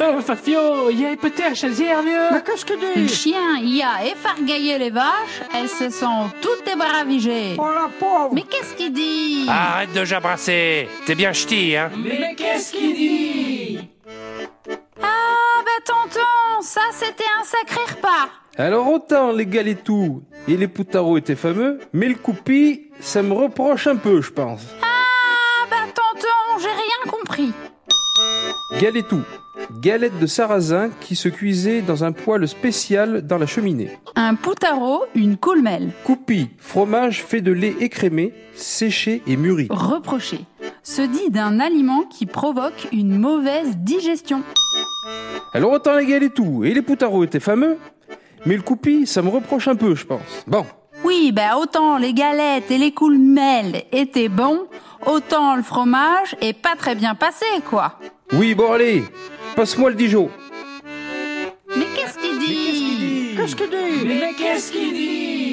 Euh, Fafio, il y a épeté à chasière, vieux Le Qu'est-ce chien y a effargaillé les vaches, elles se sont toutes débaravigées. Oh la pauvre Mais qu'est-ce qu'il dit Arrête de jabrasser T'es bien ch'ti, hein Mais qu'est-ce qu'il dit Ah, bah tonton, ça c'était un sacré repas. Alors autant les galetou et les poutaros étaient fameux, mais le coupi, ça me reproche un peu, je pense. Ah, bah tonton, j'ai rien compris. Galetou, galette de sarrasin qui se cuisait dans un poêle spécial dans la cheminée. Un poutaro, une colmelle. Coupi, fromage fait de lait écrémé, séché et mûri. Reproché. Se dit d'un aliment qui provoque une mauvaise digestion. Alors autant les galetous et les poutaros étaient fameux, mais le coupi, ça me reproche un peu, je pense. Bon, Oui, bah autant les galettes et les coulemelles étaient bons, autant le fromage est pas très bien passé, quoi. oui, bon allez, passe-moi le Dijon. Mais qu'est-ce qu'il dit Qu'est-ce qu'il dit Mais qu'est-ce qu'il dit